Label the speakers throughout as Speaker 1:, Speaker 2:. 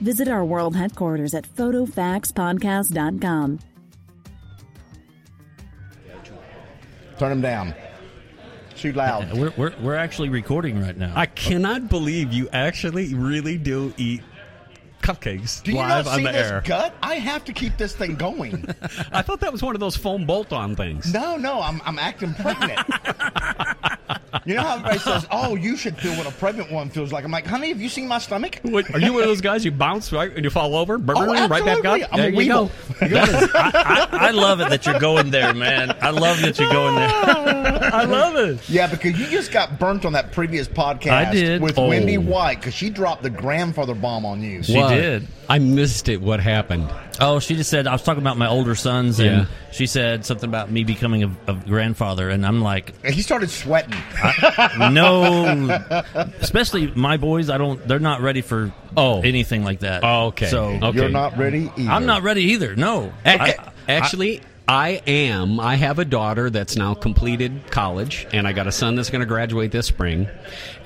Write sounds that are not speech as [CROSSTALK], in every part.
Speaker 1: Visit our world headquarters at photofaxpodcast.com.
Speaker 2: Turn them down. Shoot
Speaker 3: [LAUGHS]
Speaker 2: loud.
Speaker 3: We're, we're, we're actually recording right now.
Speaker 4: I cannot believe you actually really do eat cupcakes
Speaker 2: Do you
Speaker 4: live
Speaker 2: not
Speaker 4: on
Speaker 2: see
Speaker 4: the
Speaker 2: this
Speaker 4: air.
Speaker 2: gut? I have to keep this thing going.
Speaker 4: I thought that was one of those foam bolt-on things.
Speaker 2: no, no, I'm, I'm acting pregnant. you know how everybody says, "Oh, you should feel what a pregnant one feels like." I'm like, honey, have you seen my stomach?
Speaker 4: What, are you one of those guys you bounce right and you fall over, brr,
Speaker 2: Oh,
Speaker 4: brr, right back up?
Speaker 2: absolutely. I'm a
Speaker 4: there you go.
Speaker 3: That is- I, I, I love it that you're going there, man. I love that you're going there.
Speaker 4: [LAUGHS] I love it.
Speaker 2: Yeah, because you just got burnt on that previous podcast.
Speaker 3: I did.
Speaker 2: with
Speaker 3: Oh.
Speaker 2: Wendy White because she dropped the grandfather bomb on you.
Speaker 3: She did.
Speaker 4: I missed it. What happened?
Speaker 3: [LAUGHS] Oh, she just said I was talking about my older sons, and
Speaker 4: Yeah.
Speaker 3: she said something about me becoming a, a grandfather, and I'm like,
Speaker 2: And he started sweating.
Speaker 3: no. Especially my boys, I don't. They're not ready for
Speaker 4: Oh.
Speaker 3: anything like that.
Speaker 4: Oh, okay.
Speaker 3: So
Speaker 4: Okay.
Speaker 2: You're not ready either.
Speaker 3: I'm not ready either. No.
Speaker 4: Ac-
Speaker 3: I-
Speaker 4: actually, I, am. I have a daughter that's now completed college, and I got a son that's going to graduate this spring.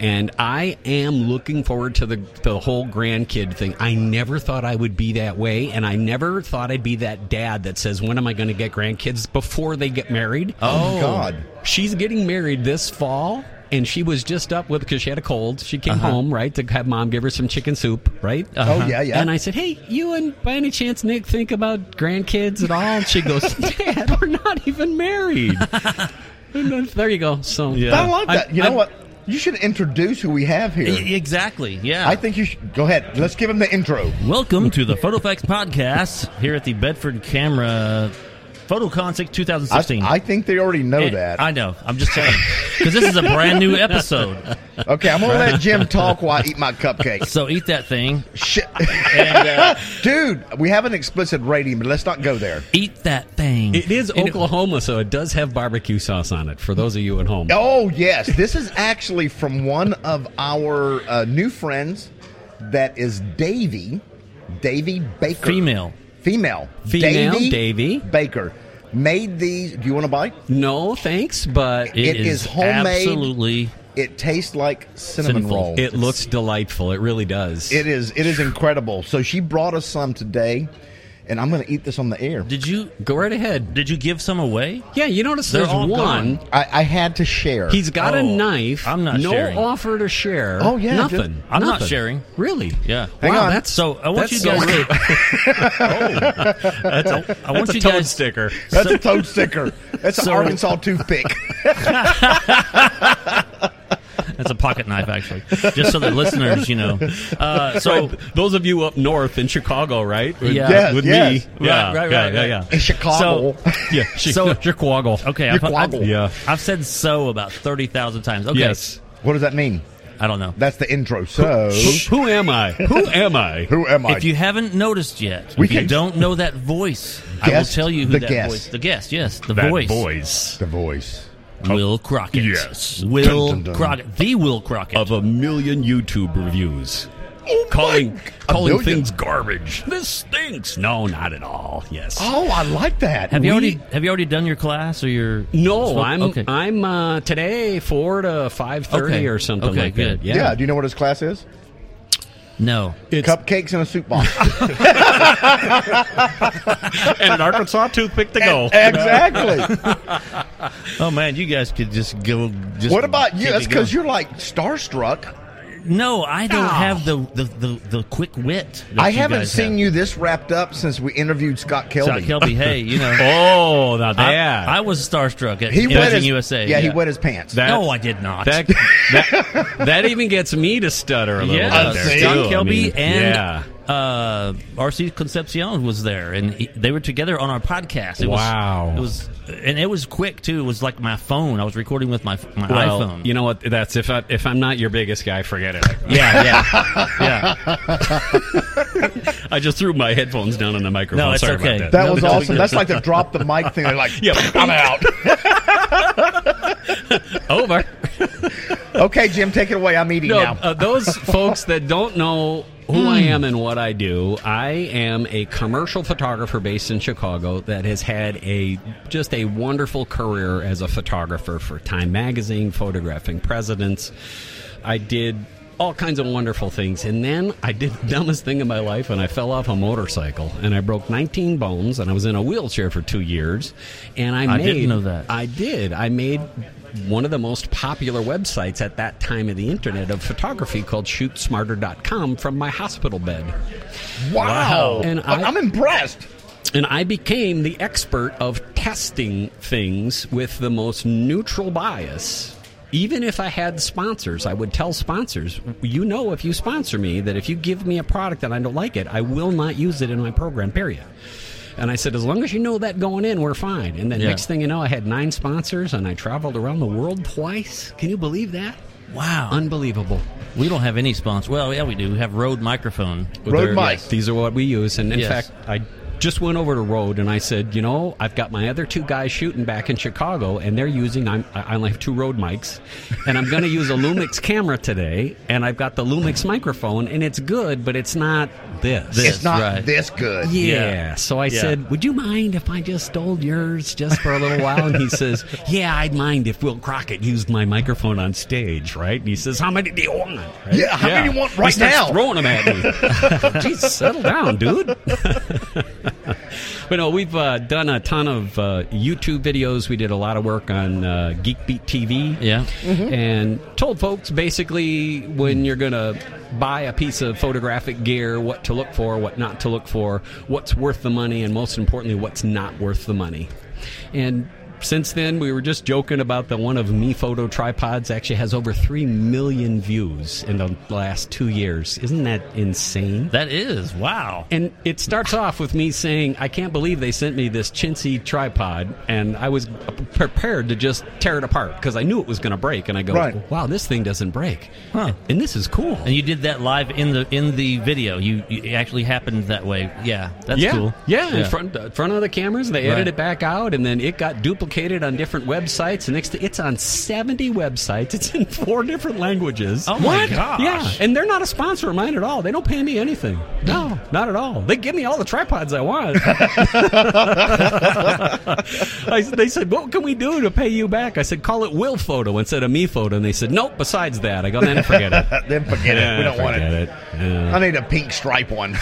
Speaker 4: And I am looking forward to the the whole grandkid thing. I never thought I would be that way, and I never thought I'd be that dad that says, "When am I going to get grandkids?" Before they get married.
Speaker 2: Oh, God.
Speaker 4: She's getting married this fall, and she was just up with because she had a cold. She came
Speaker 3: Uh-huh.
Speaker 4: home right to have mom give her some chicken soup, right?
Speaker 2: Oh yeah, yeah.
Speaker 4: And I said, "Hey, you and by any chance, Nick, think about grandkids at all?" And
Speaker 3: [LAUGHS]
Speaker 4: she goes, "Dad, we're not even married." And then- there you go. So
Speaker 3: Yeah.
Speaker 2: I like that.
Speaker 4: I'm-
Speaker 2: you know
Speaker 4: I'm-
Speaker 2: what? You should introduce who we have here.
Speaker 3: I- exactly. Yeah.
Speaker 2: I think you should go ahead. Let's give him the intro.
Speaker 3: Welcome to the PhotoFacts podcast here at the Bedford Camera Photo Concert
Speaker 2: I,
Speaker 3: 2016.
Speaker 2: I think they already know
Speaker 3: Eh,
Speaker 2: that.
Speaker 3: I know. I'm just saying because this is a brand new episode.
Speaker 2: okay, I'm gonna let Jim talk while I eat my cupcake.
Speaker 3: So eat that thing.
Speaker 2: Shit.
Speaker 3: And, uh,
Speaker 2: [LAUGHS] Dude, we have an explicit rating, but let's not go there.
Speaker 3: eat that thing.
Speaker 4: it is
Speaker 3: And
Speaker 4: Oklahoma, so it does have barbecue sauce on it. For those of you at home,
Speaker 2: Oh yes, this is actually from one of our uh, new friends. That is Davy, Davy Baker,
Speaker 3: Female.
Speaker 2: female,
Speaker 4: Female
Speaker 2: Davy
Speaker 4: Davy.
Speaker 2: Baker made these. Do you want to buy?
Speaker 4: no thanks, but
Speaker 2: it
Speaker 4: it,
Speaker 2: is homemade.
Speaker 3: Absolutely.
Speaker 2: It tastes like cinnamon
Speaker 3: Sinful.
Speaker 2: roll.
Speaker 4: looks delightful. It really does.
Speaker 2: it is. It is incredible. So she brought us some today, and I'm going to eat this on the air.
Speaker 3: Did you
Speaker 4: go right ahead.
Speaker 3: did you give some away?
Speaker 4: Yeah, you notice
Speaker 3: They're
Speaker 4: there's
Speaker 3: all
Speaker 4: one.
Speaker 3: gone.
Speaker 2: I, I had to share.
Speaker 4: He's got a
Speaker 3: Oh,
Speaker 4: knife.
Speaker 3: I'm not
Speaker 4: no
Speaker 3: sharing.
Speaker 4: offer to share.
Speaker 2: Oh, yeah,
Speaker 4: nothing.
Speaker 2: dude.
Speaker 3: I'm not
Speaker 4: Nothing.
Speaker 3: sharing.
Speaker 4: Really?
Speaker 3: Yeah.
Speaker 2: Hang
Speaker 4: wow,
Speaker 2: on.
Speaker 4: that's
Speaker 3: So I want
Speaker 4: that's
Speaker 3: you guys.
Speaker 4: so-
Speaker 3: to, [LAUGHS] oh, that's a, I want
Speaker 4: That's a
Speaker 3: you
Speaker 4: toad
Speaker 3: guys.
Speaker 4: sticker.
Speaker 2: That's
Speaker 3: so-
Speaker 2: a toad sticker. That's
Speaker 3: So-
Speaker 2: an Arkansas toothpick.
Speaker 3: That's a pocket knife, actually. Just so the listeners, you know. Uh, so
Speaker 4: Right. those of you up north in Chicago, right? With,
Speaker 3: Yeah.
Speaker 2: Yes,
Speaker 4: with
Speaker 2: yes.
Speaker 4: me. Yeah,
Speaker 3: Right, right,
Speaker 4: yeah,
Speaker 3: right,
Speaker 4: yeah,
Speaker 3: right.
Speaker 4: yeah.
Speaker 2: In Chicago.
Speaker 4: Yeah, [LAUGHS]
Speaker 3: [LAUGHS]
Speaker 4: she,
Speaker 3: So-
Speaker 4: Chicago.
Speaker 3: Okay,
Speaker 2: You
Speaker 3: I've, I've,
Speaker 2: quaggle.
Speaker 4: Yeah.
Speaker 3: I've said so about thirty thousand times. Okay,
Speaker 4: Yes.
Speaker 2: what does that mean?
Speaker 3: I don't know.
Speaker 2: That's the intro. So,
Speaker 4: Who, who am
Speaker 3: [LAUGHS]
Speaker 4: I? Who am I?
Speaker 2: who am I?
Speaker 3: if you haven't noticed yet,
Speaker 2: We
Speaker 3: if you
Speaker 2: can-
Speaker 3: don't know that voice, I will
Speaker 2: Guest,
Speaker 3: tell you who
Speaker 2: the
Speaker 3: that
Speaker 2: guest.
Speaker 3: voice. The guest, yes, the
Speaker 4: That
Speaker 3: voice.
Speaker 4: voice
Speaker 2: the voice.
Speaker 3: Will Crockett.
Speaker 4: Yes.
Speaker 3: Will
Speaker 2: Dun, dun, dun.
Speaker 3: Crockett. The Will Crockett.
Speaker 4: of a million YouTube reviews. calling
Speaker 2: A
Speaker 4: calling
Speaker 2: million.
Speaker 4: things garbage. This stinks. No, not at all. Yes.
Speaker 2: Oh, I like that.
Speaker 3: have you
Speaker 4: we-
Speaker 3: already have you already done your class or your
Speaker 4: No,
Speaker 3: Smoke-
Speaker 4: I'm
Speaker 3: okay.
Speaker 4: I'm uh, today four to five thirty
Speaker 3: Okay.
Speaker 4: or something
Speaker 3: Okay,
Speaker 4: like
Speaker 3: good.
Speaker 4: that.
Speaker 2: yeah. Do you know what his class is?
Speaker 3: no.
Speaker 4: It's-
Speaker 2: Cupcakes in a soup box.
Speaker 4: and an Arkansas toothpick to go.
Speaker 2: exactly.
Speaker 3: Oh man, you guys could just go. Just
Speaker 2: what about you?
Speaker 3: keep
Speaker 2: That's
Speaker 3: it
Speaker 2: because
Speaker 3: going.
Speaker 2: you're like starstruck.
Speaker 3: No, I don't
Speaker 4: Oh.
Speaker 3: have the, the the the quick wit. that
Speaker 2: Ah. I
Speaker 3: you
Speaker 2: haven't
Speaker 3: guys
Speaker 2: seen
Speaker 3: have.
Speaker 2: you this wrapped up since we interviewed Scott Kelby.
Speaker 3: Scott Kelby. Hey, you know.
Speaker 4: Oh, now
Speaker 3: I,
Speaker 4: that
Speaker 3: I was starstruck at
Speaker 2: He wet
Speaker 3: Imaging
Speaker 2: his,
Speaker 3: USA.
Speaker 2: Yeah, he wet his pants.
Speaker 4: That-
Speaker 3: No, I did not.
Speaker 4: That, that, that even gets me to stutter a little
Speaker 3: yeah,
Speaker 4: bit. There
Speaker 3: John
Speaker 4: too. I
Speaker 3: Kelby
Speaker 4: mean,
Speaker 3: and
Speaker 4: yeah.
Speaker 3: uh, RC Concepcion was there, and he, they were together on our podcast. It
Speaker 4: Wow.
Speaker 3: was, it was, and it was quick too. It was like my phone. I was recording with my my
Speaker 4: Well,
Speaker 3: iPhone. [LAUGHS]
Speaker 4: you know what? That's if I, if I'm not your biggest guy, forget it.
Speaker 3: yeah, yeah, yeah.
Speaker 4: I just threw my headphones down on the microphone.
Speaker 3: No, it's
Speaker 4: Sorry
Speaker 3: okay.
Speaker 4: about that.
Speaker 2: That
Speaker 3: No,
Speaker 2: was
Speaker 3: that's
Speaker 2: awesome.
Speaker 3: good.
Speaker 2: That's like the drop the mic thing. They're like,
Speaker 4: [LAUGHS] Yeah.
Speaker 2: I'm out.
Speaker 4: Over.
Speaker 2: okay, Jim, take it away. I'm eating
Speaker 4: No,
Speaker 2: now.
Speaker 4: uh, those folks that don't know who I am and what I do, I am a commercial photographer based in Chicago that has had a just a wonderful career as a photographer for Time Magazine, photographing presidents. I did all kinds of wonderful things. And then I did the dumbest thing in my life, and I fell off a motorcycle, and I broke 19 bones, and I was in a wheelchair for two years. And I,
Speaker 3: I
Speaker 4: made,
Speaker 3: didn't know that.
Speaker 4: I did. I made one of the most popular websites at that time of the internet of photography called ShootSmarter.com from my hospital bed.
Speaker 2: Wow.
Speaker 4: And
Speaker 2: I,
Speaker 4: I-
Speaker 2: am impressed.
Speaker 4: And I became the expert of testing things with the most neutral bias. Even if I had sponsors, I would tell sponsors, you know, if you sponsor me, that if you give me a product and I don't like it, I will not use it in my program, period. And I said, as long as you know that going in, we're fine. And then
Speaker 3: Yeah.
Speaker 4: next thing you know, I had nine sponsors and I traveled around the world twice. Can you believe that?
Speaker 3: Wow.
Speaker 4: Unbelievable.
Speaker 3: we don't have any sponsors. Well, yeah, we do. We have Rode microphone.
Speaker 2: Rode mic.
Speaker 4: yes, these are what we use. And in
Speaker 3: Yes.
Speaker 4: fact, I just went over to Rode and I said, you know, I've got my other two guys shooting back in Chicago, and they're using. I'm, I I only have two Rode mics, and I'm going to use a Lumix camera today, and I've got the Lumix microphone, and it's good, but it's not this.
Speaker 3: This.
Speaker 2: It's not
Speaker 3: right.
Speaker 2: this good.
Speaker 4: Yeah.
Speaker 3: Yeah.
Speaker 4: So I
Speaker 3: Yeah.
Speaker 4: said, "Would you mind if I just stole yours just for a little
Speaker 3: [LAUGHS]
Speaker 4: while?" And he says, "Yeah, I'd mind if Will Crockett used my microphone on stage, right?" And he says, "How many do you want?" Right?
Speaker 2: Yeah, how many you want
Speaker 4: He
Speaker 2: right
Speaker 4: starts
Speaker 2: now?
Speaker 4: Throwing them at me. [LAUGHS] Jeez, settle down, dude. [LAUGHS] But no, we've uh, done a ton of uh, YouTube videos. We did a lot of work on uh, GeekBeat TV.
Speaker 3: Yeah.
Speaker 4: Mm-hmm. And told folks basically when you're going to buy a piece of photographic gear, what to look for, what not to look for, what's worth the money, and most importantly, what's not worth the money. And since then, we were just joking about the one of me photo tripods actually has over 3 million views in the last two years. Isn't that insane?
Speaker 3: That is. Wow.
Speaker 4: And it starts off with me saying, I can't believe they sent me this chintzy tripod. And I was prepared to just tear it apart because I knew it was going to break. And I go,
Speaker 2: Right.
Speaker 4: wow, this thing doesn't break.
Speaker 3: Huh.
Speaker 4: And this is cool.
Speaker 3: And you did that live in the in the video. You, you it actually happened that way. Yeah, that's
Speaker 4: yeah,
Speaker 3: cool.
Speaker 4: yeah, in front uh, front of the cameras, they edited
Speaker 3: Right.
Speaker 4: it back out, and then it got duplicated on different websites. And next, to, it's on seventy websites. It's in four different languages.
Speaker 3: Oh my What? gosh.
Speaker 4: Yeah, and they're not a sponsor of mine at all. They don't pay me anything. No, not at all. They give me all the tripods I want. [LAUGHS] I, they said, "What can we do to pay you back?" I said, "Call it Will Photo instead of Me Photo." And they said, "Nope." Besides that, I go, "Then
Speaker 3: [LAUGHS]
Speaker 4: forget it.
Speaker 2: Then forget it. We don't want
Speaker 4: Forget
Speaker 2: it.
Speaker 4: it. Yeah.
Speaker 2: I need a pink stripe one.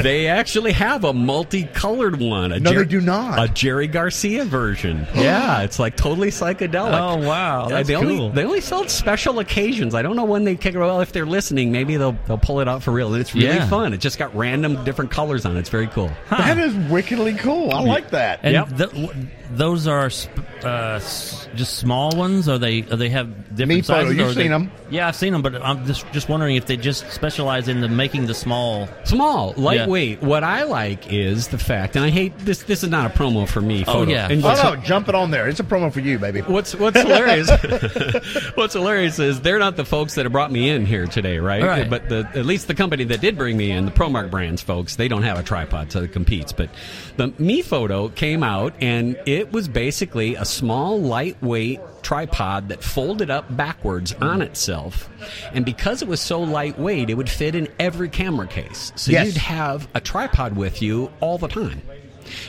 Speaker 4: They actually have a multicolored one. A
Speaker 2: No, they do not.
Speaker 4: A Jerry Garcia version. yeah, it's like totally psychedelic.
Speaker 3: Oh, wow,
Speaker 4: Yeah,
Speaker 3: that's
Speaker 4: they
Speaker 3: cool.
Speaker 4: Only, they only sell special occasions. I don't know when they kick. Well, if they're listening, maybe they'll they'll pull it out for real. It's really
Speaker 3: Yeah.
Speaker 4: fun. It just got random different colors on it. It's very cool.
Speaker 2: That is wickedly cool. I like that.
Speaker 3: And
Speaker 4: Yep.
Speaker 3: th- w- those are sp- uh, s- just small ones. Are they? Are they have different
Speaker 2: Me photo.
Speaker 3: sizes? or
Speaker 2: You've
Speaker 3: are they-
Speaker 2: seen 'em.
Speaker 3: Yeah, I've seen them, but I'm just just wondering if they just specialize in the making the small.
Speaker 4: Small, lightweight. What I like is the fact, and I hate this. This is not a promo for me.
Speaker 3: Oh,
Speaker 4: Photo.
Speaker 3: yeah.
Speaker 4: And
Speaker 2: oh
Speaker 4: what's-
Speaker 2: no, jump it on there. It's a promo for you, baby.
Speaker 4: What's what's hilarious? [LAUGHS] what's hilarious is they're not the folks that have brought me in here today, right?
Speaker 3: Right.
Speaker 4: But the at least the company that did bring me in, the Promark Brands folks, they don't have a tripod, so it competes. But the Me Photo came out, and it was basically a small, lightweight tripod that folded up backwards on itself, and because it was so lightweight, it would fit in every camera case. So
Speaker 2: Yes.
Speaker 4: you'd have a tripod with you all the time.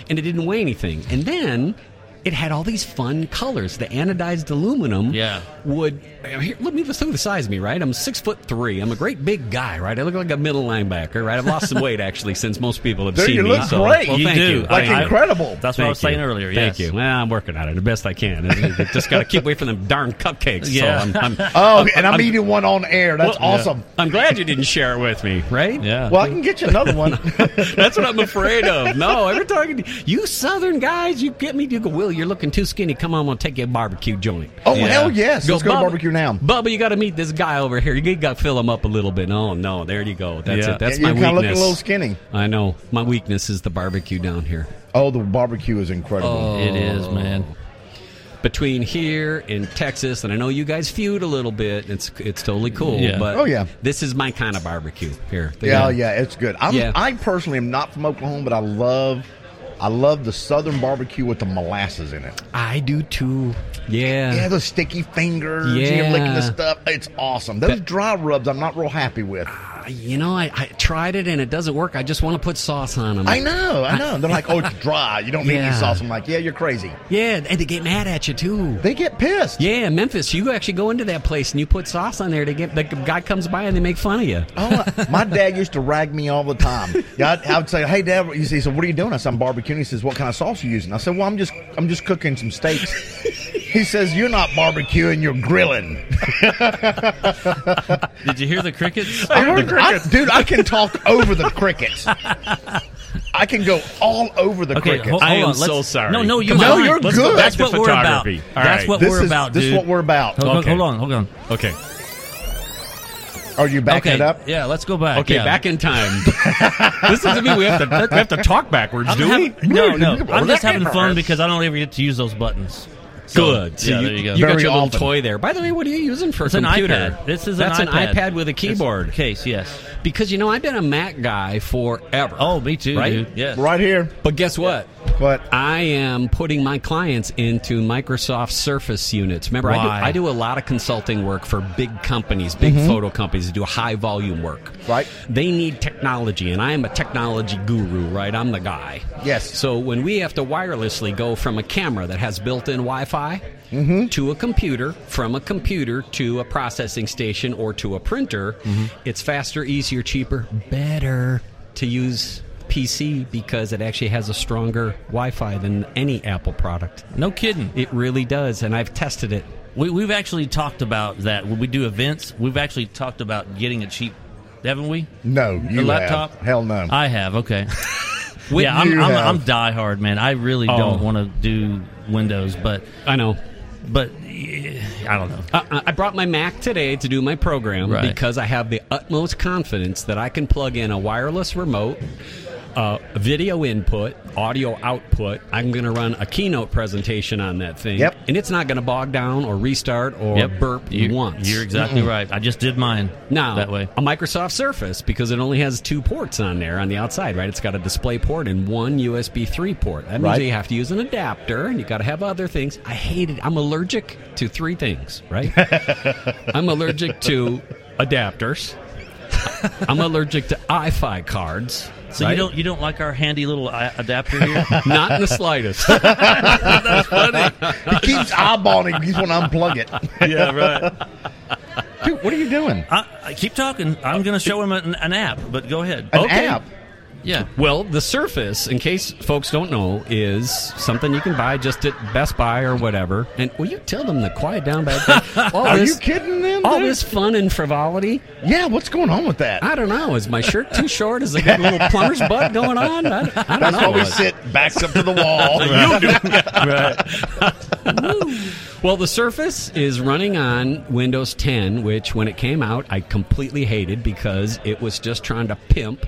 Speaker 4: And it didn't weigh anything. And then it had all these fun colors. The anodized aluminum
Speaker 3: Yeah.
Speaker 4: would here, let me just look at the size of me, right? I'm six foot three. I'm a great big guy, right? I look like a middle linebacker, right? I've lost some weight actually since most people have
Speaker 2: Dude,
Speaker 4: seen
Speaker 2: you
Speaker 4: me.
Speaker 2: look
Speaker 4: so-
Speaker 2: great.
Speaker 4: Well,
Speaker 3: You
Speaker 4: thank
Speaker 3: do.
Speaker 4: you.
Speaker 3: Like
Speaker 4: Thank you.
Speaker 2: incredible.
Speaker 3: That's what I
Speaker 4: Thank
Speaker 3: was saying
Speaker 4: you.
Speaker 3: earlier. yes.
Speaker 4: Thank you. Well, I'm working on it the best I can. Just got to keep away from them darn cupcakes.
Speaker 3: Yeah.
Speaker 4: So I'm, I'm,
Speaker 2: [LAUGHS] Oh, and I'm eating one on air. That's
Speaker 4: Well,
Speaker 2: awesome.
Speaker 4: I'm glad you didn't share it with me, right?
Speaker 3: Yeah.
Speaker 2: Well, I can get you another one.
Speaker 4: [LAUGHS] That's what I'm afraid of. No, every time you- you Southern guys, you get me. You go, Will, you're looking too skinny. Come on, we'll take you a barbecue joint.
Speaker 2: oh hell yes! Let's go to
Speaker 4: "Bubba-
Speaker 2: barbecue now.
Speaker 4: Bubba, you got to meet this guy over here. You got to fill him up a little bit. Oh no, there you go. That's
Speaker 3: Yeah.
Speaker 4: it. That's
Speaker 2: Yeah,
Speaker 4: my
Speaker 2: you're kinda
Speaker 4: weakness.
Speaker 2: looking a little skinny.
Speaker 4: I know. My weakness is the barbecue down here. Oh.
Speaker 2: Oh, the barbecue is incredible.
Speaker 3: It is, man.
Speaker 4: Between here and Texas, and I know you guys feud a little bit. It's it's totally cool.
Speaker 3: Yeah.
Speaker 4: But
Speaker 2: Oh, yeah.
Speaker 4: this is my kind of barbecue here. They
Speaker 2: yeah,
Speaker 4: got-
Speaker 2: yeah, it's good. I'm,
Speaker 4: Yeah.
Speaker 2: I personally am not from Oklahoma, but I love, I love the southern barbecue with the molasses in it.
Speaker 4: I do too.
Speaker 2: Yeah, those sticky fingers. You're
Speaker 4: Yeah.
Speaker 2: licking the stuff. It's awesome. Those dry rubs, I'm not real happy with.
Speaker 4: I- you know, I, I tried it and it doesn't work. I just want to put sauce on them.
Speaker 2: I know, I know. They're like, oh, it's dry. You don't need any
Speaker 4: Yeah.
Speaker 2: sauce. I'm like, yeah, you're crazy.
Speaker 4: Yeah, and they get mad at you too.
Speaker 2: They get pissed.
Speaker 4: Yeah, Memphis, you actually go into that place and you put sauce on there to get the guy comes by and they make fun of you.
Speaker 2: Oh, uh, my dad used to rag me all the
Speaker 4: [LAUGHS]
Speaker 2: time. Yeah, I'd, I would say, "Hey, Dad," he says, "What are you doing?" I said, "I'm barbecuing." He says, "What kind of sauce are you using?" I said, "Well, I'm just, I'm just cooking some steaks." [LAUGHS] he says, "You're not barbecuing, you're grilling."
Speaker 3: Did you hear the
Speaker 2: [LAUGHS]
Speaker 3: crickets?
Speaker 2: I heard crickets, dude. I can talk over the crickets. I can go all over the
Speaker 3: Okay,
Speaker 2: crickets.
Speaker 3: ho- hold
Speaker 5: I am
Speaker 3: on, let's-
Speaker 5: so sorry.
Speaker 3: No, no, you
Speaker 2: Come
Speaker 3: aren't.
Speaker 2: on, you're
Speaker 3: Let's
Speaker 2: good.
Speaker 3: go That's
Speaker 5: Back
Speaker 3: what
Speaker 5: to
Speaker 3: we're about.
Speaker 5: photography. All
Speaker 3: That's
Speaker 5: right.
Speaker 3: what
Speaker 2: this
Speaker 3: we're
Speaker 2: is
Speaker 3: about,
Speaker 2: this is
Speaker 3: dude.
Speaker 2: what we're about.
Speaker 3: Hold,
Speaker 5: Okay.
Speaker 3: hold on, hold on.
Speaker 5: Okay.
Speaker 2: Are you backing
Speaker 3: okay,
Speaker 2: it up?
Speaker 3: yeah, let's go back.
Speaker 4: Okay,
Speaker 3: yeah.
Speaker 4: back
Speaker 3: [LAUGHS]
Speaker 4: in time.
Speaker 5: This doesn't mean we have to we have to talk backwards,
Speaker 3: I'm
Speaker 5: do we?
Speaker 3: having- no, no. I'm just having fun because I don't ever get to use those buttons. So,
Speaker 4: Good. So
Speaker 3: yeah,
Speaker 4: you,
Speaker 3: there
Speaker 4: you,
Speaker 3: you go.
Speaker 4: got
Speaker 2: Very
Speaker 4: your little
Speaker 2: often. [LAUGHS]
Speaker 4: toy there. By the way, what are you using for
Speaker 3: it's
Speaker 4: a
Speaker 3: an
Speaker 4: computer?
Speaker 3: iPad. This is
Speaker 4: That's
Speaker 3: an iPad,
Speaker 4: with a
Speaker 3: It's
Speaker 4: keyboard.
Speaker 3: case. Yes.
Speaker 4: Because you know I've been a Mac guy forever.
Speaker 3: Oh, me too,
Speaker 4: Right?
Speaker 3: dude. Yes.
Speaker 2: Right here.
Speaker 4: But guess what?
Speaker 2: What?
Speaker 4: I am putting my clients into Microsoft Surface units. Remember, I do,
Speaker 3: Why? Mm-hmm.
Speaker 4: I do a lot of consulting work for big companies, big photo companies that do high volume work.
Speaker 2: Right.
Speaker 4: They need technology, and I am a technology guru, right? I'm the guy.
Speaker 2: Yes.
Speaker 4: So when we have to wirelessly go from a camera that has built in Wi Fi to a computer, from a computer to a processing station or to a printer, it's faster, easier, cheaper, better to use. PC because it actually has a stronger Wi Fi than any Apple product.
Speaker 3: No kidding.
Speaker 4: It really does, and I've tested it.
Speaker 3: We, we've actually talked about that when we do events. We've actually talked about getting a cheap, haven't we?
Speaker 2: No, you
Speaker 3: a
Speaker 2: have.
Speaker 3: laptop. Uh,
Speaker 2: Hell no.
Speaker 3: I have.
Speaker 4: [LAUGHS]
Speaker 3: Okay. yeah, I'm,
Speaker 2: you
Speaker 3: I'm,
Speaker 2: have.
Speaker 3: I'm diehard, man. I really
Speaker 4: Oh.
Speaker 3: don't want to do Windows, but
Speaker 4: I know.
Speaker 3: but eh, I don't know.
Speaker 4: Uh, I brought my Mac today to do my program
Speaker 3: Right.
Speaker 4: because I have the utmost confidence that I can plug in a wireless remote, uh, video input, audio output. I'm going to run a keynote presentation on that thing.
Speaker 2: Yep.
Speaker 4: And it's not going to bog down or restart or burp
Speaker 3: you,
Speaker 4: once.
Speaker 3: You're exactly right. I just did mine
Speaker 4: now,
Speaker 3: that way.
Speaker 4: a Microsoft Surface because it only has two ports on there on the outside, right? It's got a display port and one USB 3 port. That means
Speaker 2: Right.
Speaker 4: you have to use an adapter and you got to have other things. I hate it. I'm allergic to three things,
Speaker 2: [LAUGHS]
Speaker 4: right? I'm allergic to adapters. I'm allergic to iFi cards.
Speaker 3: So
Speaker 4: right?
Speaker 3: you don't you don't like our handy little i- adapter
Speaker 4: [LAUGHS]
Speaker 3: here?
Speaker 4: Not in
Speaker 2: [LAUGHS]
Speaker 4: the slightest.
Speaker 3: That's funny.
Speaker 2: he keeps eyeballing. it. He's want to unplug it.
Speaker 3: yeah, right.
Speaker 2: Dude, what are you doing?
Speaker 3: I, I keep talking. I'm going to show him an, an app, but go ahead.
Speaker 2: An
Speaker 4: Okay.
Speaker 2: app.
Speaker 3: Yeah.
Speaker 4: Well, the Surface, in case folks don't know, is something you can buy just at Best Buy or whatever. And will you tell them to quiet down, bad guy?
Speaker 3: Oh,
Speaker 2: [LAUGHS]
Speaker 4: All
Speaker 2: Are
Speaker 4: this-
Speaker 2: you kidding them?
Speaker 4: All
Speaker 2: dude?
Speaker 4: this fun and frivolity?
Speaker 2: Yeah, what's going on with that?
Speaker 4: I don't know. Is my shirt too short? Is it a
Speaker 2: [LAUGHS]
Speaker 4: little plumber's butt going on? I, I don't
Speaker 2: That's
Speaker 4: know.
Speaker 2: why we sit backs up to the wall.
Speaker 3: [LAUGHS]
Speaker 4: Well, the Surface is running on Windows 10, which when it came out, I completely hated because it was just trying to pimp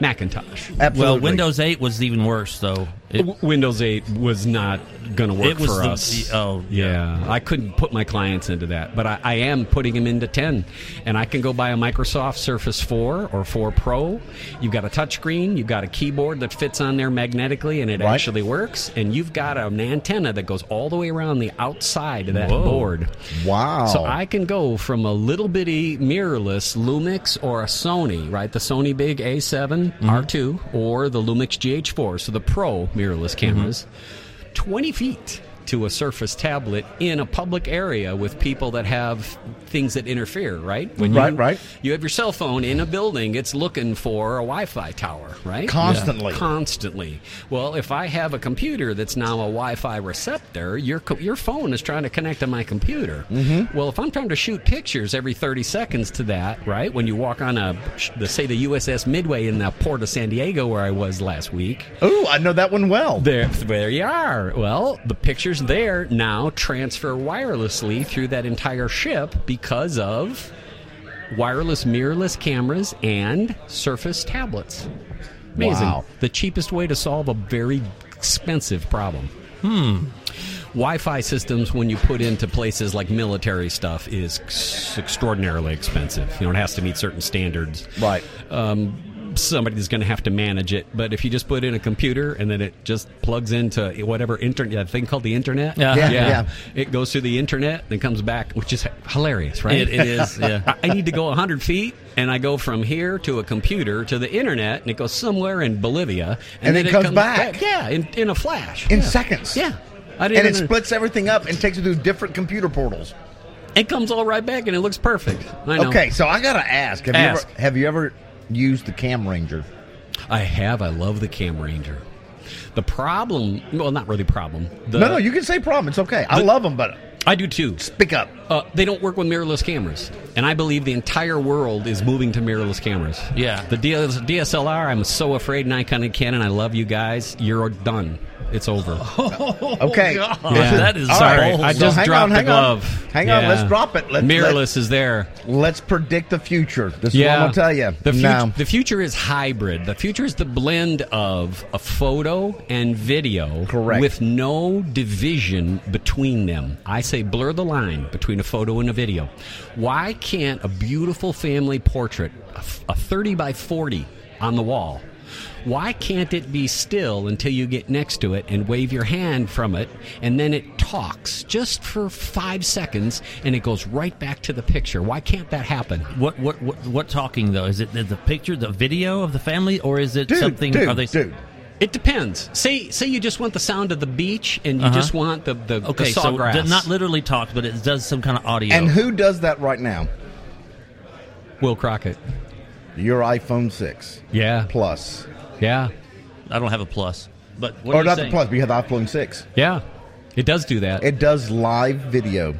Speaker 4: Macintosh.
Speaker 2: Absolutely.
Speaker 3: Well, Windows 8 was even worse, though. It,
Speaker 4: W- Windows 8 was not going to work
Speaker 3: It was
Speaker 4: for
Speaker 3: the-
Speaker 4: us.
Speaker 3: the- oh,
Speaker 4: yeah. I couldn't put my clients into that, but I, I am putting them into 10. And I can go buy a Microsoft Surface 4 or 4 Pro. You've got a touchscreen, you've got a keyboard that fits on there magnetically and it
Speaker 2: Right.
Speaker 4: actually works. And you've got an antenna that goes all the way around the outside of that
Speaker 3: Whoa.
Speaker 4: board.
Speaker 2: Wow.
Speaker 4: So I can go from a little bitty mirrorless Lumix or a Sony, right? The Sony Big A7 R2 or the Lumix GH4, so the pro mirrorless cameras, 20 feet to a Surface tablet in a public area with people that have things that interfere, right? When
Speaker 2: Right,
Speaker 4: you,
Speaker 2: right.
Speaker 4: You have your cell phone in a building, it's looking for a Wi Fi tower, right?
Speaker 2: Constantly.
Speaker 4: constantly. Well, if I have a computer that's now a Wi-Fi receptor, your co- your phone is trying to connect to my computer. Mm-hmm. Well, if I'm trying to shoot pictures every 30 seconds to that, right? When you walk on a the, say the USS Midway in the port of San Diego where I was last week,
Speaker 2: Ooh, I know that one well.
Speaker 4: there there you are. Well, the pictures there now transfer wirelessly through that entire ship because of wireless mirrorless cameras and surface tablets amazing
Speaker 2: Wow.
Speaker 4: the cheapest way to solve a very expensive problem hmm wi-fi systems when you put into places like military stuff is ex- extraordinarily expensive you know it has to meet certain standards
Speaker 2: Right.
Speaker 4: um, somebody that's going to have to manage it. But if you just put in a computer and then it just plugs into whatever internet thing called the internet,
Speaker 3: Yeah.
Speaker 2: Yeah, yeah.
Speaker 4: it goes through the internet and comes back, which is hilarious, right?
Speaker 3: It- it is, yeah.
Speaker 4: [LAUGHS] I- I need to go 100 feet, and I go from here to a computer to the internet, and it goes somewhere in Bolivia,
Speaker 2: And it comes back.
Speaker 4: Yeah, in, in a flash,
Speaker 2: in
Speaker 4: Yeah.
Speaker 2: seconds.
Speaker 4: Yeah, I
Speaker 2: And
Speaker 4: didn't.
Speaker 2: it
Speaker 4: under-
Speaker 2: splits everything up and takes it through different computer portals.
Speaker 4: it comes all right back, and it looks perfect. I know.
Speaker 2: Okay, so I gotta ask: Have
Speaker 4: Ask.
Speaker 2: you ever have you ever used the Cam Ranger?
Speaker 4: I have. I love the Cam Ranger. The problem, well, not really problem. The,
Speaker 2: no, no, you can say problem. It's okay. I love them, but
Speaker 4: I do too.
Speaker 2: pick up.
Speaker 4: Uh, they don't work with mirrorless cameras, and I believe the entire world is moving to mirrorless cameras.
Speaker 3: Yeah.
Speaker 4: the DS, DSLR. I'm so afraid Nikon and Canon. I love you guys. You're done. It's over.
Speaker 2: Okay,
Speaker 3: [LAUGHS]
Speaker 4: Yeah.
Speaker 3: That is
Speaker 2: All
Speaker 3: sorry.
Speaker 2: right.
Speaker 4: I
Speaker 2: Oh, So
Speaker 4: just
Speaker 2: hang
Speaker 4: dropped
Speaker 2: on,
Speaker 4: the
Speaker 2: hang on.
Speaker 4: glove.
Speaker 2: Hang on, let's drop it. Let-
Speaker 4: mirrorless is there.
Speaker 2: let's predict the future. This is what
Speaker 4: Yeah,
Speaker 2: I'm gonna tell you.
Speaker 4: The, fut-
Speaker 2: No.
Speaker 4: the future is hybrid. The future is the blend of a photo and video,
Speaker 2: Correct.
Speaker 4: with no division between them. I say blur the line between a photo and a video. Why can't a beautiful family portrait, a f- a thirty by forty on the wall? Why can't it be still until you get next to it and wave your hand from it, and then it talks just for five seconds, and it goes right back to the picture? Why can't that happen?
Speaker 3: What, what what what talking though? Is it the- the picture, the video of the family, or is it
Speaker 2: dude,
Speaker 3: something?
Speaker 2: dude,
Speaker 3: are they
Speaker 2: dude.
Speaker 4: It depends. Say say you just want the sound of the beach and you just want the the, the
Speaker 3: Uh-huh. okay? So
Speaker 4: sawgrass.
Speaker 3: d- not literally talked, but it does some kind of audio.
Speaker 2: And who does that right now?
Speaker 4: Will Crockett.
Speaker 2: Your iPhone six
Speaker 4: Yeah.
Speaker 2: plus,
Speaker 4: Yeah.
Speaker 3: I don't have a plus, but what are
Speaker 2: or
Speaker 3: you
Speaker 2: not
Speaker 3: saying?
Speaker 2: the plus? But you have the iPhone six.
Speaker 4: Yeah. It does do that.
Speaker 2: It does live video.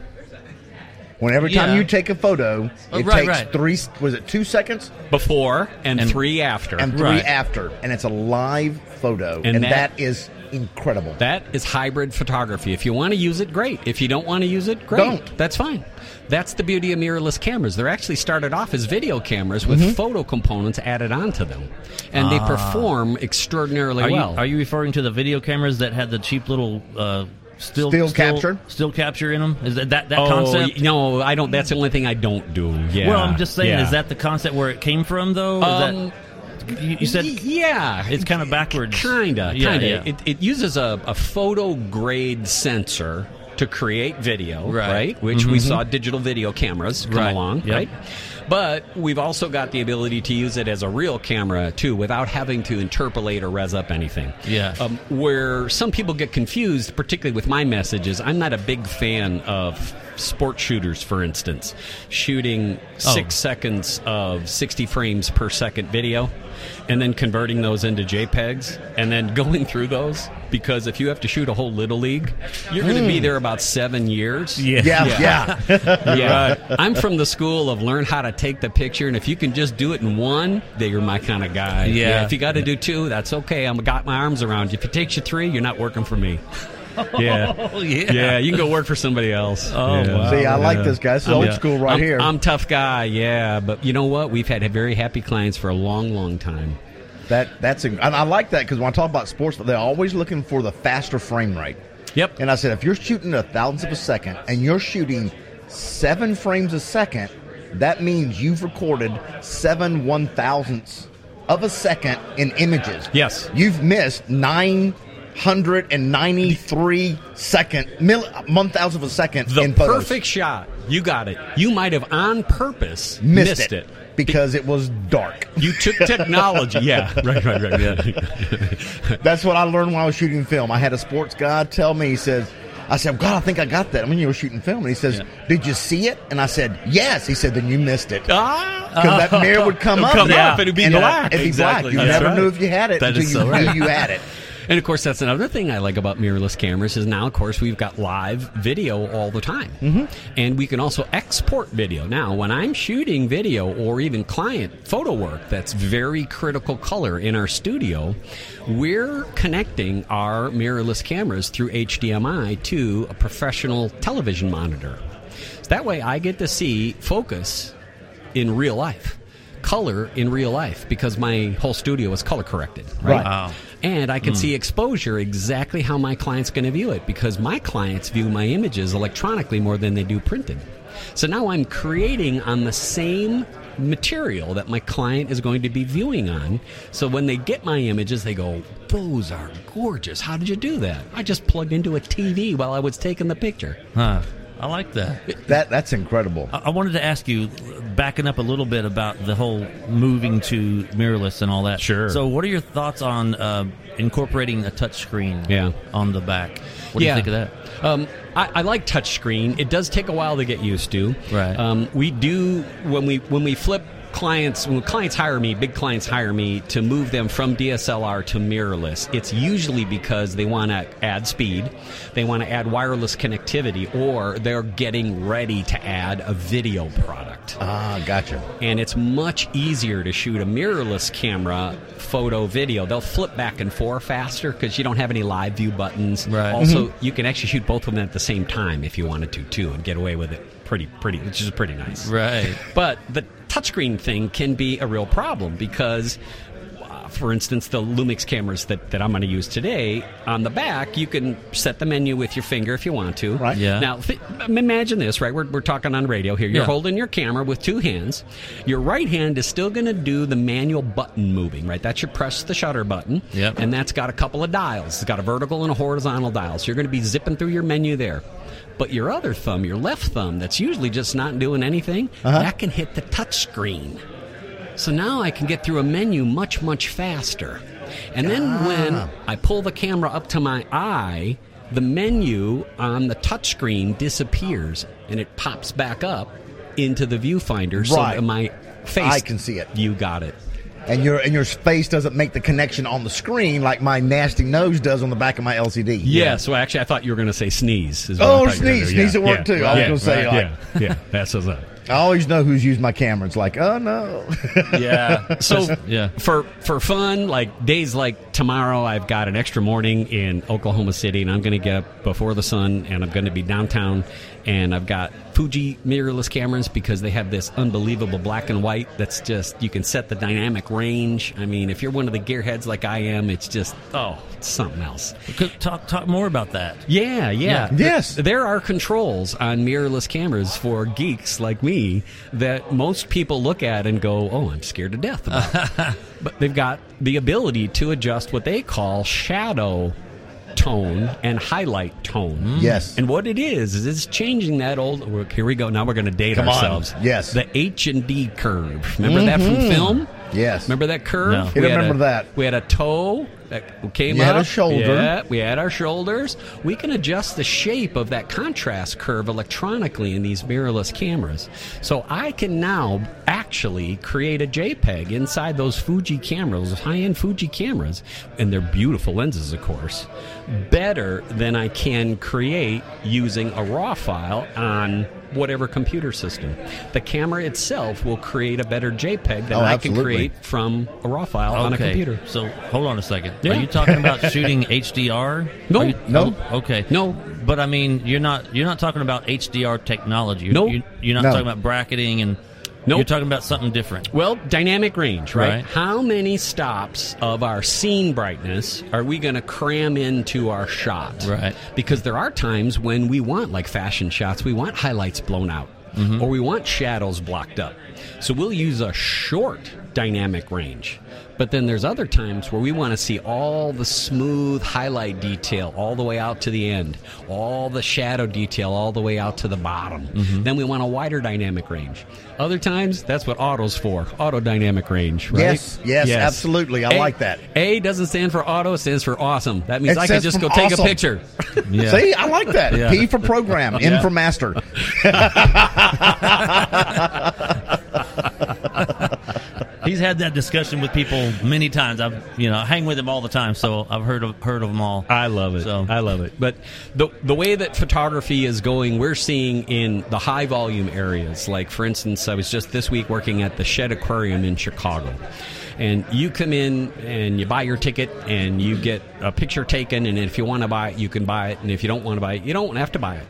Speaker 2: When every time
Speaker 3: Yeah.
Speaker 2: you take a photo,
Speaker 3: Oh,
Speaker 2: it
Speaker 3: right,
Speaker 2: takes
Speaker 3: right.
Speaker 2: three. Was it two seconds?
Speaker 4: Before and,
Speaker 3: And-
Speaker 4: three after.
Speaker 2: and three
Speaker 3: Right.
Speaker 2: after, and it's a live photo,
Speaker 4: And
Speaker 2: and,
Speaker 4: that-
Speaker 2: that is incredible.
Speaker 4: that is hybrid photography. If you want to use it, great. If you don't want to use it, great.
Speaker 2: Don't.
Speaker 4: That's fine. That's the beauty of mirrorless cameras. They're actually started off as video cameras
Speaker 2: Mm-hmm.
Speaker 4: with photo components added onto them. And they perform extraordinarily
Speaker 3: Ah. Are you,
Speaker 4: well.
Speaker 3: are you referring to the video cameras that had the cheap little uh, still,
Speaker 2: Still capture?
Speaker 3: still capture in them? Is that that, that
Speaker 4: oh,
Speaker 3: concept?
Speaker 4: y- no, I don't that's the only thing I don't do. Yeah.
Speaker 3: Well, I'm just saying,
Speaker 4: Yeah.
Speaker 3: is that the concept where it came from though? Is
Speaker 4: Um,
Speaker 3: that, you, you said
Speaker 4: Y- yeah,
Speaker 3: it's kind of backwards.
Speaker 4: Kinda,
Speaker 3: Yeah,
Speaker 4: kinda.
Speaker 3: yeah.
Speaker 4: It, it uses a, a photo grade sensor to create video,
Speaker 3: Right. Mm-hmm.
Speaker 4: right? Which we saw digital video cameras come
Speaker 3: Right.
Speaker 4: along,
Speaker 3: Yep.
Speaker 4: right? But we've also got the ability to use it as a real camera too, without having to interpolate or res up anything.
Speaker 3: Yeah.
Speaker 4: Um, where some people get confused, particularly with my messages, I'm not a big fan of sport shooters, for instance, shooting
Speaker 3: Oh.
Speaker 4: six seconds of 60 frames per second video and then converting those into JPEGs and then [LAUGHS] going through those. Because if you have to shoot a whole Little League, you're going to be there about seven years.
Speaker 2: yeah, yeah.
Speaker 4: [LAUGHS] Yeah. I'm from the school of learn how to take the picture, and if you can just do it in one, then you're my kind of guy.
Speaker 3: Yeah.
Speaker 4: if you got to do two, that's okay. I'm got my arms around you. If it takes you three, you're not working
Speaker 3: [LAUGHS]
Speaker 4: for me. Yeah.
Speaker 3: Oh yeah.
Speaker 4: Yeah, you can go work for somebody else. Oh, yeah.
Speaker 3: wow.
Speaker 2: See, I like this guy. This is
Speaker 4: I'm-
Speaker 2: old school right
Speaker 4: I'm,
Speaker 2: here.
Speaker 4: I'm tough guy, yeah, but you know what? We've had very happy clients for a long, long time.
Speaker 2: that that's inc- and I like that because when I talk about sports, they're always looking for the faster frame rate.
Speaker 4: Yep.
Speaker 2: And I said, if you're shooting a thousandth of a second and you're shooting seven frames a second, that means you've recorded seven one thousandths of a second in images.
Speaker 4: Yes.
Speaker 2: You've missed nine hundred and ninety-three second mil, one thousandth of a second
Speaker 4: the
Speaker 2: in photos.
Speaker 4: perfect shot. You got it. You might have on purpose
Speaker 2: missed, it,
Speaker 4: it.
Speaker 2: because it was dark.
Speaker 4: You took technology.
Speaker 3: [LAUGHS]
Speaker 4: yeah. Right, right, right. Yeah.
Speaker 2: That's what I learned when I was shooting film. I had a sports guy tell me, he says, I said, God, I think I got that. I mean, you were shooting film. And he says, Did you see it? And I said, Yes. He said, Then you missed it.
Speaker 4: ah,
Speaker 2: Because
Speaker 4: [LAUGHS]
Speaker 2: that mirror would come
Speaker 4: It would
Speaker 2: up,
Speaker 4: come
Speaker 2: there,
Speaker 4: up and it'd be
Speaker 2: then
Speaker 4: black.
Speaker 2: It'd be
Speaker 4: Exactly.
Speaker 2: black. You
Speaker 4: That's
Speaker 2: never
Speaker 4: right.
Speaker 2: knew if you had it
Speaker 4: That
Speaker 2: until
Speaker 4: is
Speaker 2: you
Speaker 4: so right.
Speaker 2: knew you had it.
Speaker 4: And of course, that's another thing I like about mirrorless cameras is now, of course, we've got live video all the time, mm-hmm. and we can also export video. Now, when I'm shooting video or even client photo work that's very critical color in our studio, we're connecting our mirrorless cameras through HDMI to a professional television monitor. So that way, I get to see focus in real life. Color in real life because my whole studio is color corrected, right?
Speaker 2: Right.
Speaker 3: Wow.
Speaker 4: And I can see exposure exactly how my client's going to view it because my clients view my images electronically more than they do printed. So now I'm creating on the same material that my client is going to be viewing on. So when they get my images, they go, Those are gorgeous. How did you do that? I just plugged into a TV while I was taking the picture.
Speaker 3: Huh. I like that.
Speaker 2: That that's incredible.
Speaker 3: I I wanted to ask you, backing up a little bit about the whole moving to mirrorless and all that.
Speaker 5: Sure.
Speaker 3: So, what are your thoughts on uh, incorporating a touch screen
Speaker 4: Yeah.
Speaker 3: on the back? What do you think of that?
Speaker 4: Um, I, I like touchscreen. It does take a while to get used to.
Speaker 3: Right.
Speaker 4: Um, we do when we when we flip clients when clients hire me big clients hire me to move them from dslr to mirrorless it's usually because they want to add speed they want to add wireless connectivity or they're getting ready to add a video product
Speaker 2: Ah, gotcha.
Speaker 4: and it's much easier to shoot a mirrorless camera photo video. They'll flip back and forth faster because you don't have any live view buttons.
Speaker 3: Right. Mm-hmm.
Speaker 4: Also, you can actually shoot both of them at the same time if you wanted to too, and get away with it pretty pretty, which is pretty nice.
Speaker 3: Right.
Speaker 4: But the touchscreen thing can be a real problem because. uh, For instance, the Lumix cameras that, that I'm going to use today, on the back, you can set the menu with your finger if you want to.
Speaker 2: Right.
Speaker 3: Yeah.
Speaker 4: Now, th- imagine this, right? We're, we're talking on radio here. You're
Speaker 3: Yeah.
Speaker 4: holding your camera with two hands. Your right hand is still going to do the manual button moving, right? That's your press the shutter button.
Speaker 3: Yep.
Speaker 4: And that's got a couple of dials. It's got a vertical and a horizontal dial. So you're going to be zipping through your menu there. But your other thumb, your left thumb, that's usually just not doing anything,
Speaker 2: Uh-huh.
Speaker 4: that can hit the touch screen. So now I can get through a menu much, much faster. And then
Speaker 2: Ah.
Speaker 4: when I pull the camera up to my eye, the menu on the touchscreen disappears and it pops back up into the viewfinder so
Speaker 2: Right.
Speaker 4: that my face
Speaker 2: I can see it.
Speaker 4: You got it.
Speaker 2: And your and your face doesn't make the connection on the screen like my nasty nose does on the back of my LCD.
Speaker 4: Yeah, so actually I thought you were going to say sneeze as
Speaker 2: Oh,
Speaker 4: well.
Speaker 2: sneeze, sneeze at work too. I was gonna say, like,
Speaker 5: yeah, yeah, that's what's
Speaker 2: [LAUGHS]
Speaker 5: up.
Speaker 2: I always know who's used my camera. It's like, oh no, [LAUGHS]
Speaker 3: Yeah.
Speaker 4: [LAUGHS] So
Speaker 3: yeah.
Speaker 4: for for fun, like days like tomorrow, I've got an extra morning in Oklahoma City, and I'm going to get up before the sun, and I'm going to be downtown, and I've got Fuji mirrorless cameras because they have this unbelievable black and white that's just you can set the dynamic range. I mean, if you're one of the gearheads like I am, it's just oh, it's something else.
Speaker 3: Could- Talk talk more about that.
Speaker 4: Yeah, yeah.
Speaker 2: Yeah. Yes.
Speaker 4: Th- there are controls on mirrorless cameras for geeks like me that most people look at and go, oh, I'm scared to
Speaker 2: [LAUGHS]
Speaker 4: death about. but they've got the ability to adjust what they call shadow tone and highlight tone.
Speaker 2: Mm. yes,
Speaker 4: And what it is is it's changing that old. well, Here we go. Now we're going to date
Speaker 2: Come on.
Speaker 4: ourselves.
Speaker 2: Yes. Mm-hmm.
Speaker 4: the H and D curve. Remember that from film?
Speaker 2: Yes.
Speaker 4: Remember that curve?
Speaker 3: No.
Speaker 2: You
Speaker 4: We had
Speaker 2: remember
Speaker 4: a-
Speaker 2: that.
Speaker 4: We had a toe that came
Speaker 2: You had
Speaker 4: up.
Speaker 2: a shoulder.
Speaker 4: Yeah, we had our shoulders. We can adjust the shape of that contrast curve electronically in these mirrorless cameras. So I can now actually create a JPEG inside those Fuji cameras, those high-end Fuji cameras, and they're beautiful lenses, of course, better than I can create using a RAW file on whatever computer system. The camera itself will create a better JPEG than
Speaker 2: Oh,
Speaker 4: I can
Speaker 2: absolutely.
Speaker 4: create from a RAW file on a
Speaker 3: Okay.
Speaker 4: computer.
Speaker 3: So hold on a second.
Speaker 4: Yeah.
Speaker 3: Are you talking
Speaker 4: [LAUGHS]
Speaker 3: about shooting HDR?
Speaker 4: No.
Speaker 3: Are you-
Speaker 2: No.
Speaker 3: oh, Okay.
Speaker 4: No.
Speaker 3: But I mean, you're not you're not talking about HDR technology. You're,
Speaker 4: Nope.
Speaker 3: You're, you're not
Speaker 2: No.
Speaker 3: talking about bracketing and.
Speaker 4: Nope.
Speaker 3: You're talking about something different.
Speaker 4: Well, dynamic range, right?
Speaker 3: Right.
Speaker 4: How many stops of our scene brightness are we going to cram into our shot?
Speaker 3: Right.
Speaker 4: Because there are times when we want, like fashion shots, we want highlights blown out or we want shadows blocked up. So we'll use a short dynamic range. But then there's other times where we want to see all the smooth highlight detail all the way out to the end, all the shadow detail all the way out to the bottom. Then we want a wider dynamic range. Other times, that's what auto's for auto dynamic range, right?
Speaker 2: Yes, yes, absolutely. I
Speaker 4: A-
Speaker 2: like that.
Speaker 4: A doesn't stand for auto, it stands for awesome. That means
Speaker 2: It
Speaker 4: I can
Speaker 2: says
Speaker 4: just go
Speaker 2: from
Speaker 4: take a
Speaker 2: awesome.
Speaker 4: picture.
Speaker 3: Yeah.
Speaker 2: See, I like that.
Speaker 3: Yeah.
Speaker 2: P for program, M for master.
Speaker 4: [LAUGHS]
Speaker 3: He's had that discussion with people many times. I've you know I hang with him all the time, so I've heard of heard of them all.
Speaker 4: [LAUGHS] I love it.
Speaker 3: So-
Speaker 4: I love it. But the the way that photography is going, we're seeing in the high volume areas. Like for instance, I was just this week working at the Shed Aquarium in Chicago. And you come in and you buy your ticket and you get a picture taken and if you want to buy it, you can buy it and if you don't want to buy it, you don't have to buy it.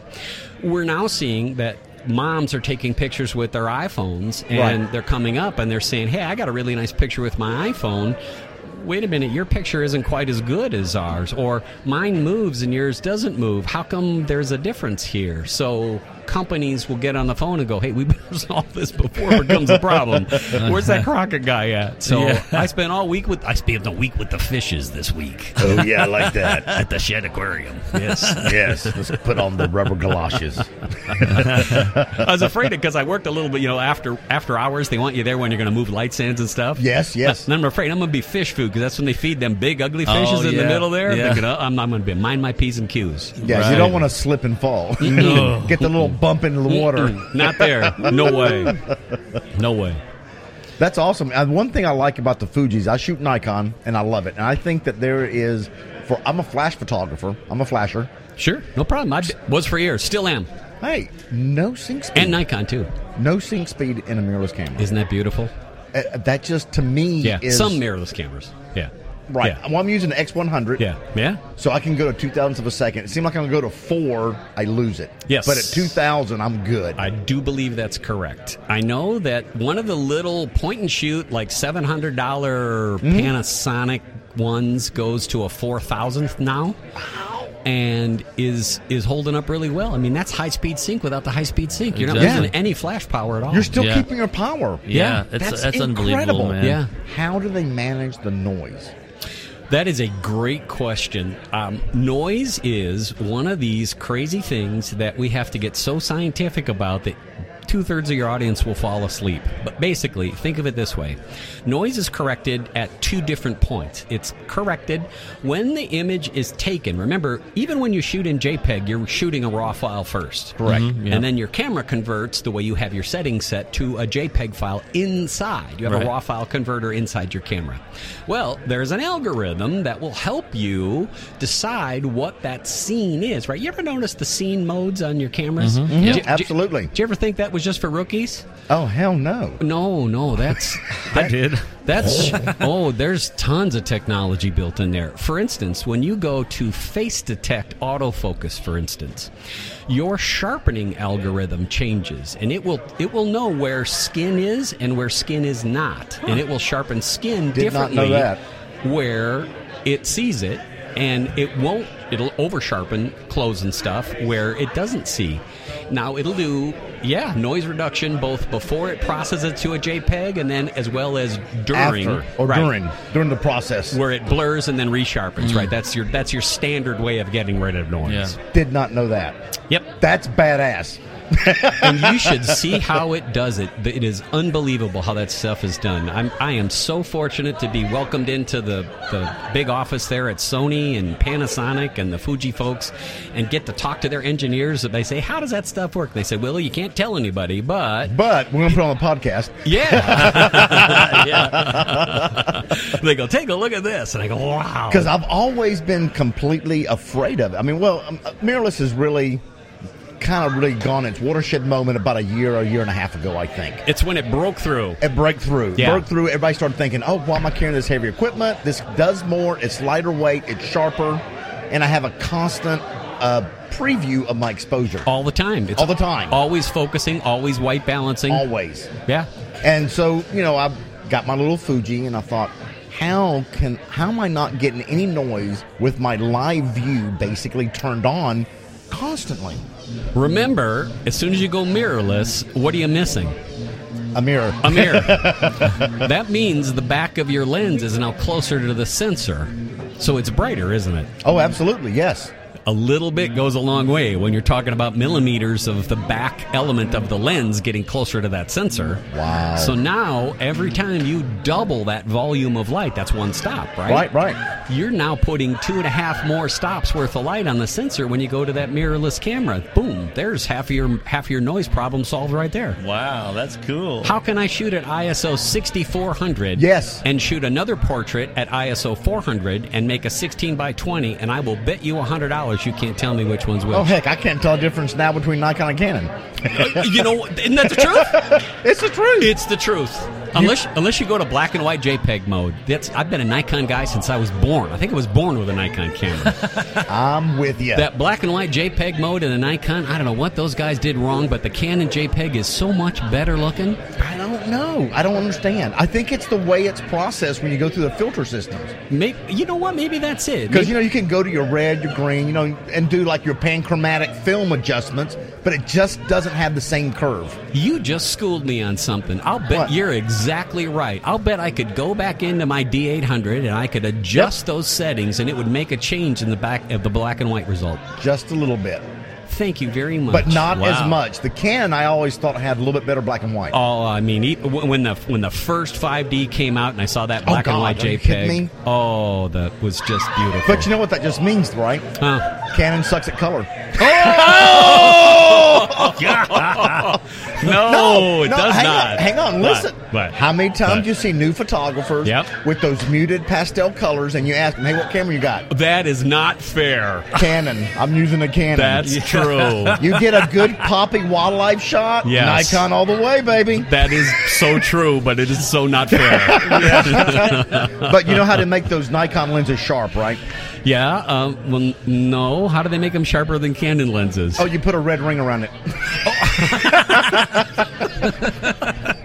Speaker 4: We're now seeing that moms are taking pictures with their iPhones and
Speaker 2: Right.
Speaker 4: they're coming up and they're saying, "Hey, I got a really nice picture with my iPhone." wait a minute, your picture isn't quite as good as ours, or mine moves and yours doesn't move. How come there's a difference here? So companies will get on the phone and go, hey, we [LAUGHS] better solve this before it becomes a problem. Where's that Crockett guy at? So
Speaker 3: Yeah.
Speaker 4: I spent all week with I spent the week with the fishes this week
Speaker 2: Oh yeah, I like that.
Speaker 4: [LAUGHS] at the shed aquarium. Yes.
Speaker 2: Yes, let's put on the rubber galoshes.
Speaker 4: I was afraid because I worked a little bit, you know, after after hours. They want you there when you're going to move light stands and stuff.
Speaker 2: Yes, yes.
Speaker 4: And I'm afraid I'm going to be fish food because that's when they feed them big, ugly
Speaker 3: Oh,
Speaker 4: fishes in
Speaker 3: yeah.
Speaker 4: the middle there. I'm
Speaker 3: Yeah.
Speaker 4: Thinking, oh, I'm, I'm going to be mind my p's and q's.
Speaker 2: Yeah, you don't want to slip and fall.
Speaker 3: No.
Speaker 2: [LAUGHS] Get the little bump into the water.
Speaker 4: Not
Speaker 2: [LAUGHS]
Speaker 4: there. No way. No way.
Speaker 2: That's awesome. Uh, one thing I like about the Fuji's, I shoot Nikon and I love it. And I think that there is for I'm a flash photographer. I'm a flasher.
Speaker 4: Sure. No problem. I d- was for years. Still am.
Speaker 2: Hey, no sync speed.
Speaker 4: And Nikon too.
Speaker 2: no sync speed in a mirrorless camera.
Speaker 4: Isn't that beautiful?
Speaker 2: Uh, that just to me
Speaker 4: Yeah.
Speaker 2: is
Speaker 4: Some mirrorless cameras. Yeah.
Speaker 2: Right.
Speaker 4: Yeah.
Speaker 2: Well, I'm using the X100.
Speaker 4: Yeah. Yeah.
Speaker 2: So I can go to two thousandths of a second. It seemed like I'm going to go to four, I lose it.
Speaker 4: Yes.
Speaker 2: But at two thousand, I'm good.
Speaker 4: I do believe that's correct. I know that one of the little point and shoot, like seven hundred dollar Panasonic ones, goes to a four thousandth now, and is is holding up really well. I mean, that's high speed sync without the high speed sync. You're not
Speaker 3: Exactly.
Speaker 4: using any flash power at all.
Speaker 2: You're still
Speaker 3: Yeah.
Speaker 2: keeping your power.
Speaker 3: Yeah,
Speaker 4: Yeah,
Speaker 3: it's,
Speaker 2: that's
Speaker 3: that's, unbelievable,
Speaker 2: incredible.
Speaker 3: man.
Speaker 4: yeah.
Speaker 2: How do they manage the noise?
Speaker 4: That is a great question. Um, noise is one of these crazy things that we have to get so scientific about that two thirds of your audience will fall asleep. But basically, think of it this way noise is corrected at two different points. It's corrected when the image is taken. Remember, even when you shoot in JPEG, you're shooting a raw file first. Correct. And then your camera converts the way you have your settings set to a JPEG file inside. You have
Speaker 3: Right.
Speaker 4: a raw file converter inside your camera. Well, there's an algorithm that will help you decide what that scene is, right? You ever notice the scene modes on your cameras? Do- do-
Speaker 2: Absolutely.
Speaker 4: Do, you ever think that was just for rookies?
Speaker 2: Oh hell no.
Speaker 4: No, no, that's
Speaker 5: I
Speaker 3: [LAUGHS]
Speaker 5: did.
Speaker 4: that's [LAUGHS] oh, there's tons of technology built in there. For instance, when you go to face detect autofocus, for instance, your sharpening algorithm changes, and it will it will know where skin is and where skin is not, and it will sharpen skin
Speaker 2: Did not know
Speaker 4: differently
Speaker 2: that.
Speaker 4: where it sees it, and it won't. It'll over sharpen clothes and stuff where it doesn't see. Now it'll do, yeah, noise reduction both before it processes it to a JPEG and then as well as during
Speaker 2: After or
Speaker 4: right,
Speaker 2: Oh, during during the process.
Speaker 4: where it blurs and then resharpens. Right, that's your that's your standard way of getting rid of noise.
Speaker 2: Did not know that.
Speaker 4: Yep,
Speaker 2: That's badass.
Speaker 4: and you should see how it does it. It is unbelievable how that stuff is done. I'm, I am so fortunate to be welcomed into the, the big office there at Sony and Panasonic and the Fuji folks and get to talk to their engineers. And they say, How does that stuff work? They say, Well, you can't tell anybody, but.
Speaker 2: But we're gonna put it on the podcast.
Speaker 4: [LAUGHS] Yeah. [LAUGHS] Yeah. They go, Take a look at this. And I go, Wow.
Speaker 2: Because I've always been completely afraid of it. I mean, well, um, mirrorless has really kind of really gone its watershed moment about a year or a year and a half ago, I think.
Speaker 4: It's when it broke through.
Speaker 2: It broke through.
Speaker 4: Yeah.
Speaker 2: Broke through. Everybody started thinking, oh, why am I carrying this heavy equipment? This does more. It's lighter weight. It's sharper. And I have a constant uh, preview of my exposure.
Speaker 4: All the time. It's
Speaker 2: All the time.
Speaker 4: Always focusing, always white balancing.
Speaker 2: Always.
Speaker 4: yeah.
Speaker 2: And so, you know, I got my little Fuji and I thought, how can how am I not getting any noise with my live view basically turned on constantly?
Speaker 4: Remember, as soon as you go mirrorless, what are you missing?
Speaker 2: A mirror.
Speaker 4: A [LAUGHS] mirror. that means the back of your lens is now closer to the sensor, so it's brighter, isn't it?
Speaker 2: Oh, absolutely. Yes.
Speaker 4: A little bit goes a long way when you're talking about millimeters of the back element of the lens getting closer to that sensor.
Speaker 2: Wow.
Speaker 4: So now every time you double that volume of light, that's one stop, right?
Speaker 2: Right, right.
Speaker 4: You're now putting two and a half more stops worth of light on the sensor when you go to that mirrorless camera. Boom! There's half of your half your noise problem solved right there.
Speaker 3: Wow, that's cool.
Speaker 4: How can I shoot at ISO 6400?
Speaker 2: Yes.
Speaker 4: And shoot another portrait at ISO 400 and make a 16 by 20, and I will bet you $100 you can't tell me which one's which.
Speaker 2: Oh heck, I can't tell a difference now between Nikon and Canon.
Speaker 4: you know, Uh, isn't that the truth?
Speaker 2: It's the truth.
Speaker 4: it's the truth. Unless unless you go to black and white JPEG mode. That's I've been a Nikon guy since I was born. I think I was born with a Nikon camera.
Speaker 2: I'm with you.
Speaker 4: that black and white JPEG mode and the Nikon, I don't know what those guys did wrong, but the Canon JPEG is so much better looking.
Speaker 2: I don't know. I don't understand. I think it's the way it's processed when you go through the filter systems.
Speaker 4: Maybe, you know what? Maybe that's it.
Speaker 2: Because you know you can go to your red, your green, you know, and do like your panchromatic film adjustments, but it just doesn't have the same curve.
Speaker 4: You just schooled me on something. I'll bet
Speaker 2: What?
Speaker 4: you're exactly right. I'll bet I could go back into my D800 and I could adjust those settings and it would make a change in the back of the black and white result.
Speaker 2: Just a little bit,
Speaker 4: Thank you very much.
Speaker 2: but not
Speaker 4: Wow.
Speaker 2: as much. The Canon I always thought had a little bit better black and white.
Speaker 4: Oh, I mean, e- w- when the when the first 5D came out and I saw that
Speaker 2: Oh,
Speaker 4: black and
Speaker 2: God,
Speaker 4: white
Speaker 2: are you
Speaker 4: JPEG,
Speaker 2: kidding me?
Speaker 4: oh, that was just beautiful.
Speaker 2: But you know what that just means, right?
Speaker 4: Huh.
Speaker 2: Canon sucks at color.
Speaker 5: [LAUGHS] No, it does
Speaker 2: hang
Speaker 5: not.
Speaker 2: On, hang on,
Speaker 5: But-
Speaker 2: listen.
Speaker 5: but-
Speaker 2: How many times
Speaker 5: but-
Speaker 2: do you see new photographers
Speaker 5: Yep.
Speaker 2: with those muted pastel colors, and you ask them, "Hey, what camera you got?"
Speaker 4: that is not
Speaker 2: [LAUGHS]
Speaker 4: fair.
Speaker 2: Canon. I'm using a Canon. [LAUGHS]
Speaker 5: That's true.
Speaker 2: You get a good poppy wildlife shot.
Speaker 5: Yes.
Speaker 2: Nikon all the way, baby.
Speaker 5: That is so true, but it is so
Speaker 2: [LAUGHS]
Speaker 5: not fair. [LAUGHS]
Speaker 2: But you know how to make those Nikon lenses sharp, right?
Speaker 4: Yeah,
Speaker 5: uh,
Speaker 4: um, well, no. How do they make them sharper than Canon lenses?
Speaker 2: Oh, you put a red ring around
Speaker 4: [LAUGHS]
Speaker 2: it.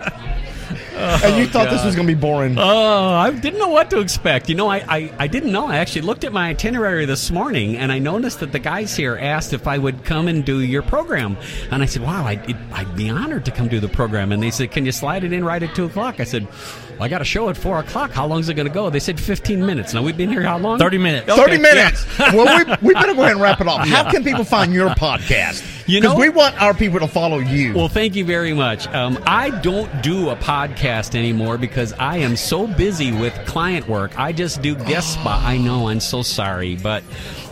Speaker 2: and you thought this was going to be boring.
Speaker 4: Oh, I didn't know what to expect. You know, I, I, I didn't know. I actually looked at my itinerary this morning and I noticed that the guys here asked if I would come and do your program. And I said, wow, I, it, I'd be honored to come do the program. And they said, can you slide it in right at 2 o'clock? I said, well, I got a show at 4 o'clock. How long's it going to go? They said 15 minutes. Now, we've been here how long?
Speaker 3: 30 minutes.
Speaker 4: Okay,
Speaker 2: 30
Speaker 4: yeah.
Speaker 2: minutes. well, we, we better go ahead and wrap it up. How can people find your podcast?
Speaker 4: You know-
Speaker 2: Because we want our people to follow you.
Speaker 4: Well, thank you very much. Um, I don't do a podcast anymore because I am so busy with client work. I just do guest spot. I know, I'm so sorry, but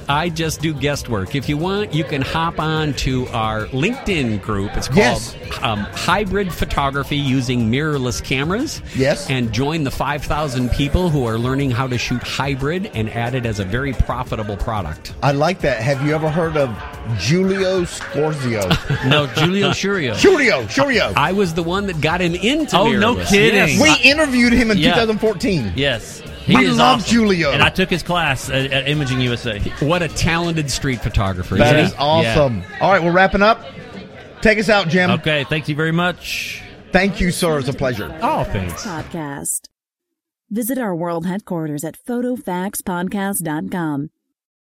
Speaker 4: I just do guest work. If you want, you can hop on to our LinkedIn group. It's called
Speaker 2: Yes.
Speaker 4: um, Hybrid Photography Using Mirrorless Cameras.
Speaker 2: Yes.
Speaker 4: And join the 5,000 people who are learning how to shoot hybrid and add it as a very profitable product.
Speaker 2: I like that. Have you ever heard of Julio Scorzio?
Speaker 3: No, [LAUGHS] Julio Shurio.
Speaker 2: Julio, Julio.
Speaker 4: [LAUGHS] I was the one that got him into
Speaker 3: Oh, no
Speaker 4: mirrorless.
Speaker 3: kidding.
Speaker 4: Yes.
Speaker 2: we interviewed him in
Speaker 3: Yeah.
Speaker 2: 2014.
Speaker 3: Yes.
Speaker 2: We
Speaker 3: is
Speaker 2: love Julio.
Speaker 3: And I took his class at, at Imaging USA.
Speaker 4: What a talented street photographer.
Speaker 2: That
Speaker 4: isn't
Speaker 2: is
Speaker 4: he?
Speaker 2: awesome. All right, we're wrapping up. Take us out, Jim.
Speaker 3: Okay, thank you very much.
Speaker 2: Thank you, sir. It's a pleasure.
Speaker 4: Oh, thanks.
Speaker 1: Podcast. Visit our world headquarters at photofaxpodcast.com